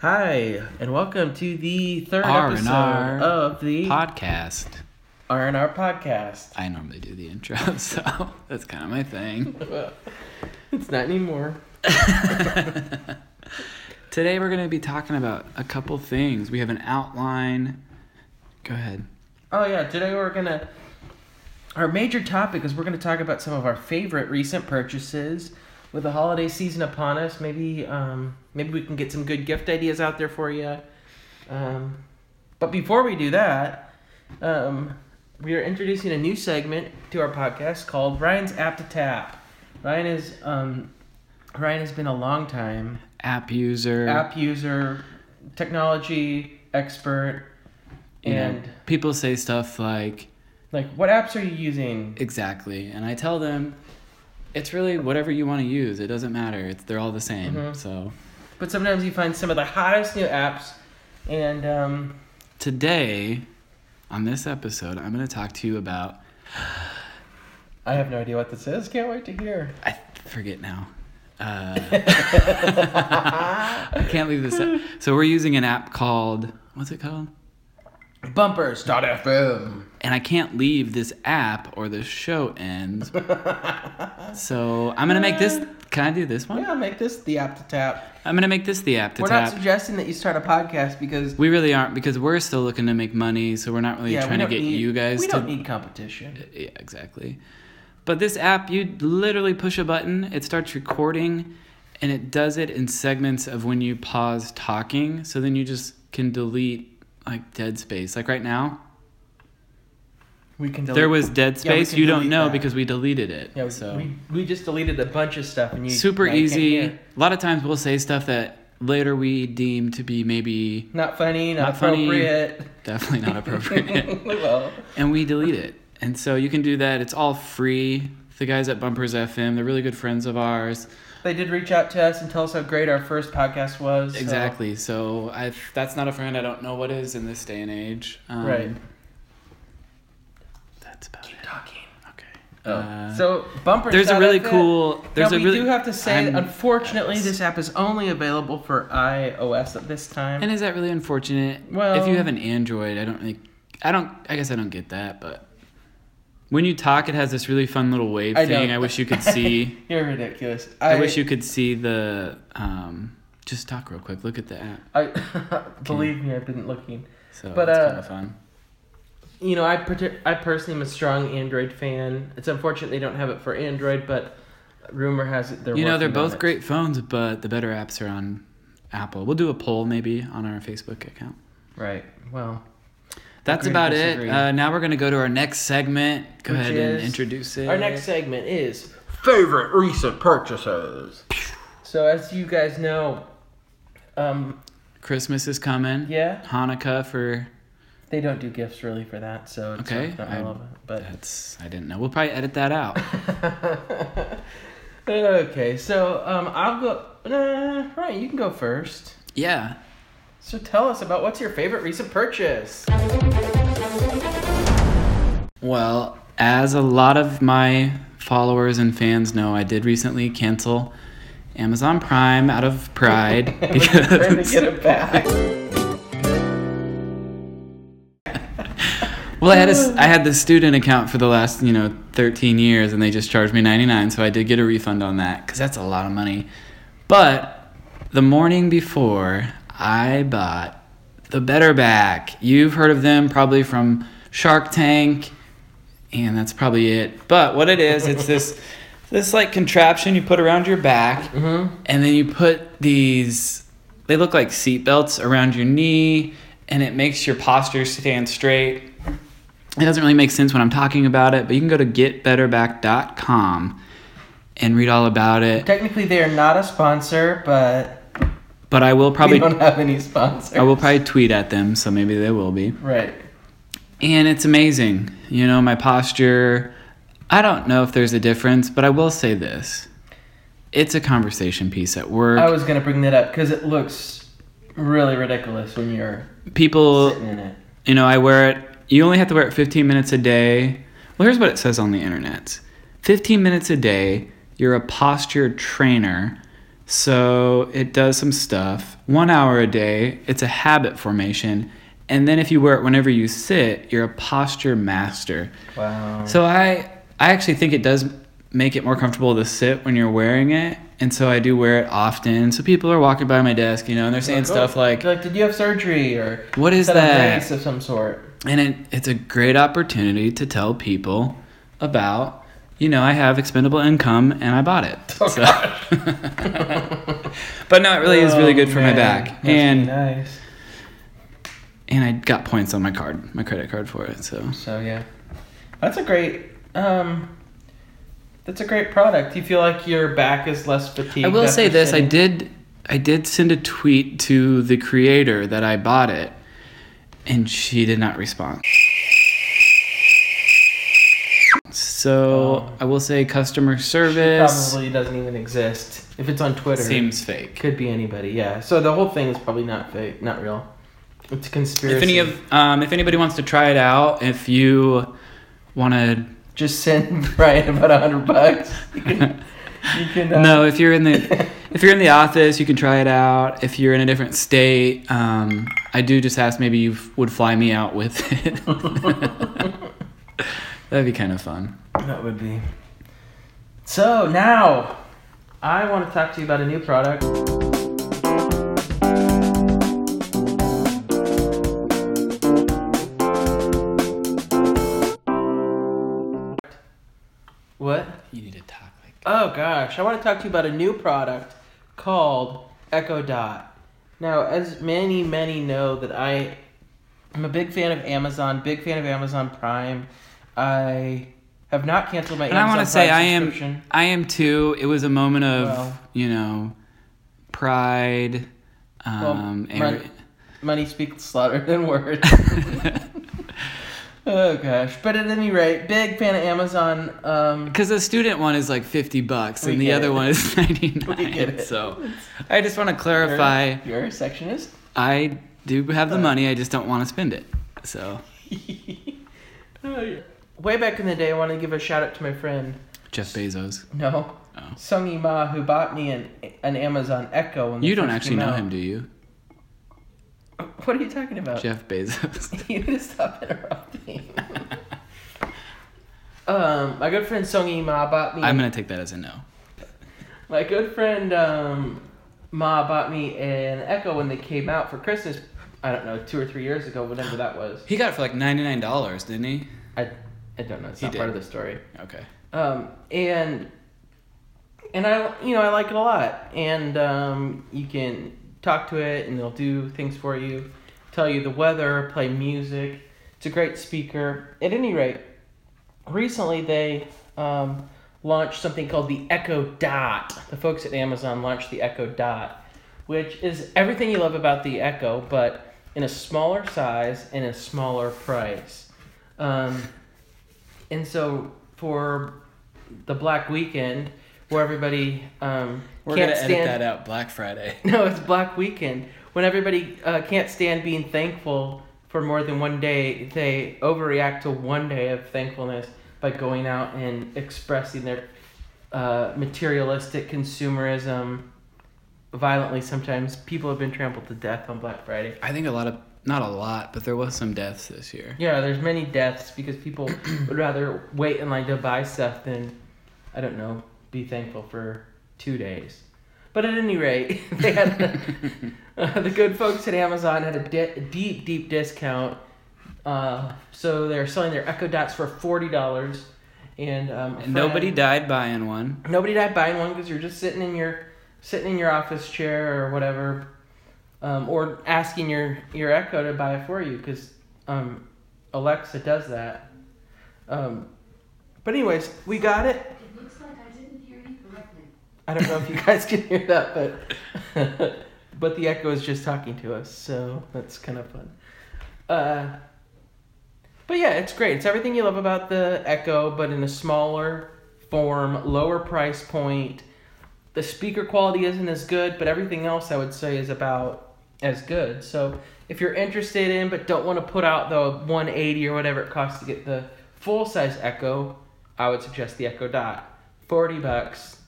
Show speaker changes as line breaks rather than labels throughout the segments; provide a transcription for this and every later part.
Hi, and welcome to the 3rd
R&R
episode of the
podcast.
R&R podcast.
I normally do the intro, so that's kind of my thing.
It's not anymore.
Today we're going to be talking about a couple things. We have an outline. Go ahead.
Oh yeah, today we're gonna. Our major topic is we're gonna talk about some of our favorite recent purchases. With the holiday season upon us, maybe um, maybe we can get some good gift ideas out there for you. Um, but before we do that, um, we are introducing a new segment to our podcast called Ryan's App to Tap. Ryan is um, Ryan has been a long time
App user.
app user, technology expert,
you know,
and
people say stuff like,
like what apps are you using?
exactly. And I tell them, it's really whatever you want to use. It doesn't matter. It's, they're all the same.
Mhm.
So
But sometimes you find some of the hottest new apps, and um,
today, on this episode, I'm going to talk to you about,
I have no idea what this is. Can't wait to hear.
I forget now. Uh, I can't leave this. out. So we're using an app called what's it called?
Bumpers.fm.
And I can't leave this app or this show ends. so I'm gonna make this. Can I do this one?
Yeah, make this the app to tap.
I'm gonna make this the app to
We're
tap.
not suggesting that you start a podcast because
we really aren't because we're still looking to make money, so we're not really
yeah, we
trying to
don't
get
need-
you guys
We
to.
don't need competition.
yeah, exactly. But this app, you literally push a button, it starts recording, and it does it in segments of when you pause talking. So then you just can delete like dead space. Like right now,
We can. Delete.
there was dead
Yeah, we
space.
can
you don't
delete
know
that.
because we deleted it.
Yeah, we,
so
we, we just deleted a bunch of stuff and you
super
now you can't
easy. A
hear.
lot of times we'll say stuff that later we deem to be maybe
Not funny. Not,
Not funny.
appropriate.
definitely not appropriate.
well,
and we delete it. And so you can do that. It's all free. The guys at Bumpers FM, they're really good friends of ours.
they did reach out to us and tell us how great our first podcast was. so-
Exactly. So I that's not a friend I don't know what is in this day and age. Um,
Right.
That's about it.
Talking.
Okay.
Oh.
Uh,
so bumper.
There's a really cool. There's
now,
a
we
really.
do have to say, that
I'm-
unfortunately, this app is only available for iOS at this time.
and is that really unfortunate? if
Well-
you have an Android, I don't really. I don't. I guess I don't get that, but. When you talk, it has this really fun little wave
I
thing.
don't.
I wish you could see.
You're ridiculous.
I, wish you could see the. Um, just talk real quick. Look at the app.
I believe me, I've been looking.
So
But,
it's
uh,
kind of fun.
You know, I parti- I personally am a strong Android fan. It's unfortunate they don't have it for Android, but rumor has it they're.
You know, they're
working on
both
it.
great phones, but the better apps are on Apple. We'll do a poll maybe on our Facebook account.
Right. Well,
That's
Agree to
about it.
disagree.
Uh, now we're going to go to our next segment. Go
Which
ahead
is
and introduce it.
our next segment is favorite recent purchases. So, as you guys know, um,
Christmas is coming.
yeah,
Hanukkah for.
They don't do gifts really for that, so it's
Okay,
not
I-
relevant. But
That's. I didn't know. We'll probably edit that out.
okay, so um, I'll go. Nah, right, you can go first.
yeah.
So tell us about what's your favorite recent purchase.
Well, as a lot of my followers and fans know, I did recently cancel Amazon Prime out of pride
We're just trying to
because
get it back.
Well, I had a s I had the student account for the last you know 13 years, and they just charged me 99, so I did get a refund on that because that's a lot of money. But the morning before, I bought the Better Back. You've heard of them probably from Shark Tank, and that's probably it. But what it is, it's this this like contraption you put around your back, and then you put these they look like seat belts around your knee, and it makes your posture stand straight it doesn't really make sense when I'm talking about it, but you can go to getbetterback.com and read all about it.
Technically, they are not a sponsor, but
But I will
we
probably
don't have any sponsors.
I will probably tweet at them, so maybe they will be.
Right.
And it's amazing. You know, my posture, I don't know if there's a difference, but I will say this. It's a conversation piece at work.
I was gonna bring that up because it looks really ridiculous when you're
People
sitting in it.
You know, I wear it. You only have to wear it 15 minutes a day. Well, here's what it says on the internet 15 minutes a day, you're a posture trainer So it does some stuff. One hour a day, it's a habit formation. And then if you wear it whenever you sit, you're a posture master.
Wow.
So I I actually think it does make it more comfortable to sit when you're wearing it. And so I do wear it often. So people are walking by my desk, you know, and they're saying
Like, oh,
stuff like,
like, did you have surgery or
What is
had a
that?
brace of some sort?
and it, it's a great opportunity to tell people about you know i have expendable income and i bought it So- but no it really is really good for my back and
nice.
and i got points on my card my credit card for it so
So yeah, that's a great. um That's a great product. Do you feel like your back is less fatigued?
i will
after
say this i
sitting?
did i did send a tweet to the creator that i bought it and she did not respond so
Oh.
i will say customer
It
service
probably doesn't even exist if it's on Twitter.
seems fake
Could be anybody. Yeah. So the whole thing is probably not fake, not real. It's a conspiracy.
If any of um, if anybody wants to try it out, if you want to
just send Brian about a hundred bucks. You can. You can. Uh,
no, if you're in the if you're in the office, you can try it out. If you're in a different state, um, I do just ask maybe you f- would fly me out with it. That'd be kind of fun.
That would be. So now, I want to talk to you about a new product. What?
You need to talk like
Oh gosh, I want to talk to you about a new product called Echo Dot. Now, as many, many know that I am a big fan of Amazon, big fan of Amazon Prime. I have not canceled my
And I
Amazon
want to say
Prime
I am
subscription.
I am too. It was a moment of
Well.
you know pride. Um,
Well,
arro-
Money speaks louder than words. oh gosh, but at any rate, big fan of Amazon. Um,
Because the student one is like 50 bucks
We
and the
get
other
it.
one is 99.
We get it.
So I just want to clarify
You're, you're a sectionist.
I do have
Uh,
the money, I just don't want to spend it. So Oh,
Way back in the day, I want to give a shout out to my friend.
Jeff Bezos.
No.
Oh.
Sung Yi Ma, who bought me an, an Amazon Echo. When they
You don't
first
actually
came
know
out.
him, do you?
What are you talking about?
Jeff Bezos.
you need to stop interrupting. um, my good friend Sung Yi Ma bought me.
I'm going to take that as a no.
My good friend um, Ma bought me an Echo when they came out for Christmas. I don't know, two or three years ago, whatever that was.
He got it for like $99, didn't he?
I, I don't know. It's
He
not part of
did.
the story.
Okay.
um, and and I you know I like it a lot, and um, you can talk to it, and it'll do things for you, tell you the weather, play music. It's a great speaker. At any rate, recently they um, launched something called the Echo Dot. The folks at Amazon launched the Echo Dot, which is everything you love about the Echo, but in a smaller size and a smaller price. Um, and so for the Black Weekend, where everybody um,
We're
can't
going to edit
stand
that out Black Friday.
no, it's Black Weekend. When everybody uh, can't stand being thankful for more than one day, they overreact to one day of thankfulness by going out and expressing their uh, materialistic consumerism violently. Sometimes people have been trampled to death on Black Friday.
I think a lot of, not a lot, but there was some deaths this year.
Yeah, there's many deaths because people would rather wait in line to buy stuff than, I don't know, be thankful for two days. But at any rate, they had the, uh, the good folks at Amazon had a di- deep, deep discount. Uh, so they're selling their Echo Dots for forty dollars, and um, a
And nobody
friend-
died buying one.
nobody died buying one because you're just sitting in your sitting in your office chair or whatever, um, or asking your your Echo to buy it for you because um, Alexa does that. Um, but anyways, we got it.
It looks like I didn't hear you correctly.
I don't know if you guys can hear that, but but the Echo is just talking to us, so that's kind of fun. Uh, but yeah, it's great. It's everything you love about the Echo, but in a smaller form, lower price point. The speaker quality isn't as good, but everything else I would say is about as good. So if you're interested in but don't want to put out the 180 or whatever it costs to get the full size Echo, I would suggest the Echo Dot. 40 bucks.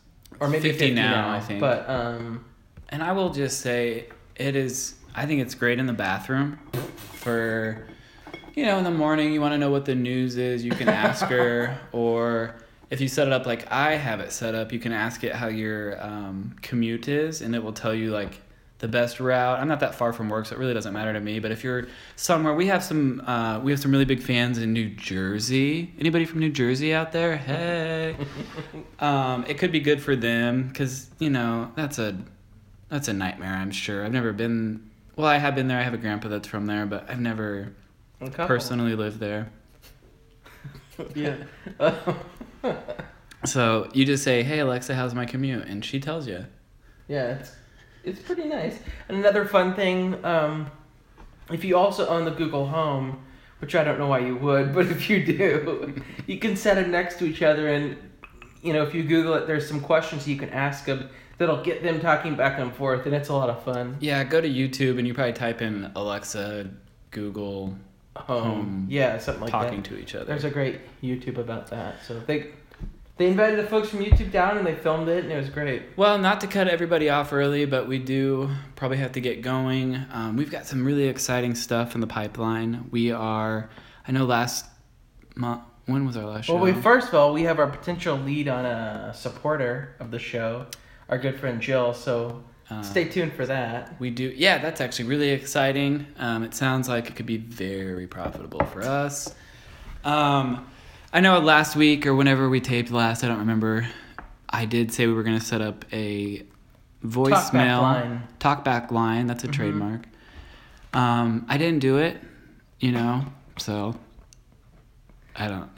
or maybe
50
50,
now,
now,
I think.
But um,
And I will just say it is I think it's great in the bathroom for you know, in the morning you want to know what the news is, you can ask her or if you set it up like I have it set up, you can ask it how your um, commute is and it will tell you like the best route. I'm not that far from work, so it really doesn't matter to me. But if you're somewhere, we have some uh, we have some really big fans in New Jersey. Anybody from New Jersey out there? Hey, um, it could be good for them because you know that's a that's a nightmare. I'm sure. I've never been. Well, I have been there. I have a grandpa that's from there, but I've never
a couple.
personally lived there.
yeah.
So you just say, "Hey Alexa, how's my commute?" and she tells you.
Yeah, it's it's pretty nice. And another fun thing, um, if you also own the Google Home, which I don't know why you would, but if you do, you can set them next to each other, and you know if you Google it, there's some questions you can ask them that'll get them talking back and forth, and it's a lot of fun.
Yeah, go to YouTube and you probably type in Alexa, Google,
Home,
Home.
yeah, something like
talking
that.
to each other.
There's a great YouTube about that. So they they invited the folks from YouTube down, and they filmed it, and it was great.
Well, not to cut everybody off early, but we do probably have to get going. Um, we've got some really exciting stuff in the pipeline. We are, I know last month, when was our last show?
Well, we first of all we have our potential lead on a supporter of the show, our good friend Jill. So
Uh,
stay tuned for that.
we do, yeah, that's actually really exciting. Um, it sounds like it could be very profitable for us. Um, I know last week or whenever we taped last, I don't remember, I did say we were going to set up a voicemail.
line. Mm-hmm.
talk back line that's a trademark um, i didn't do it you know so i don't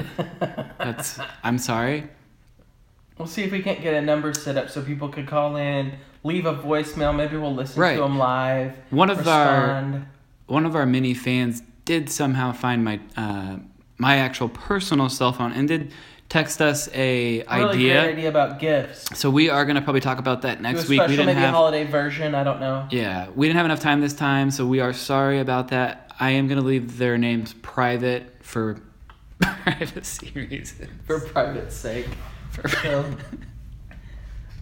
that's i'm sorry
We'll see if we can't get a number set up so people could call in, leave a voicemail. Maybe we'll listen
Right.
to them live.
one of our
respond.
one of our many fans did somehow find my uh, my actual personal cell phone and did text us a
really
idea
great idea about gifts.
so we are going to probably talk about that
Do a
next week
special,
we didn't
maybe a
have
holiday version. I don't know.
Yeah, we didn't have enough time this time, so we are sorry about that. I am gonna leave their names private for privacy reasons.
for private's sake.
For-
So,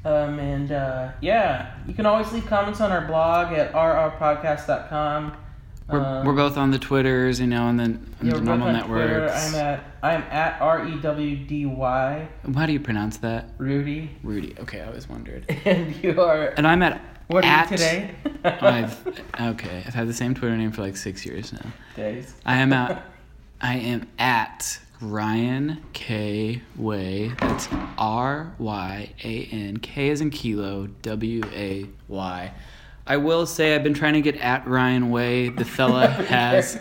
um, and uh, yeah, you can always leave comments on our blog at rrpodcast.com.
we're,
Um,
we're both on the Twitters, you know, and then
yeah,
the
we're both
normal
on Twitter.
networks.
I'm at I'm at r e w d y
How do you pronounce that,
Rudy,
Rudy? Okay, I always wondered.
and you are
And I'm at
what are
at-
you today?
I've okay. I've had the same Twitter name for like six years now.
Days.
I am out. I am at Ryan K Way. That's R Y A N K as in kilo W A Y. I will say I've been trying to get at Ryan Way. The fella has.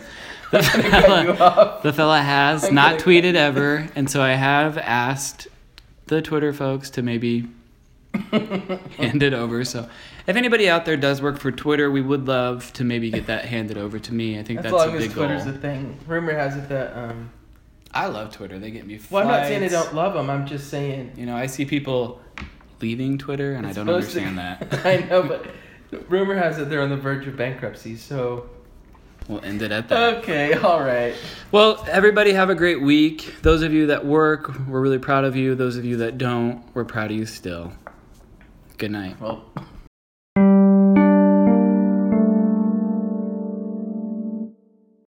The
Cut you
fella,
off.
the fella has
I'm
not
gonna
tweeted ever, and so I have asked the Twitter folks to maybe hand it over. So, if anybody out there does work for Twitter, we would love to maybe get that handed over to me. I think
As
that's, a
long
big
as Twitter's
goal.
a thing. Rumor has it that um.
I love Twitter. They get me.
Well,
Flights.
I'm not saying I don't love them. I'm just saying
You know, I see people leaving Twitter, and
It's
I don't
supposed to-
understand that.
I know, but rumor has it they're on the verge of bankruptcy. So
We'll end it at that.
okay, all right.
well, everybody have a great week. Those of you that work, we're really proud of you. Those of you that don't, we're proud of you still. Good night.
Well.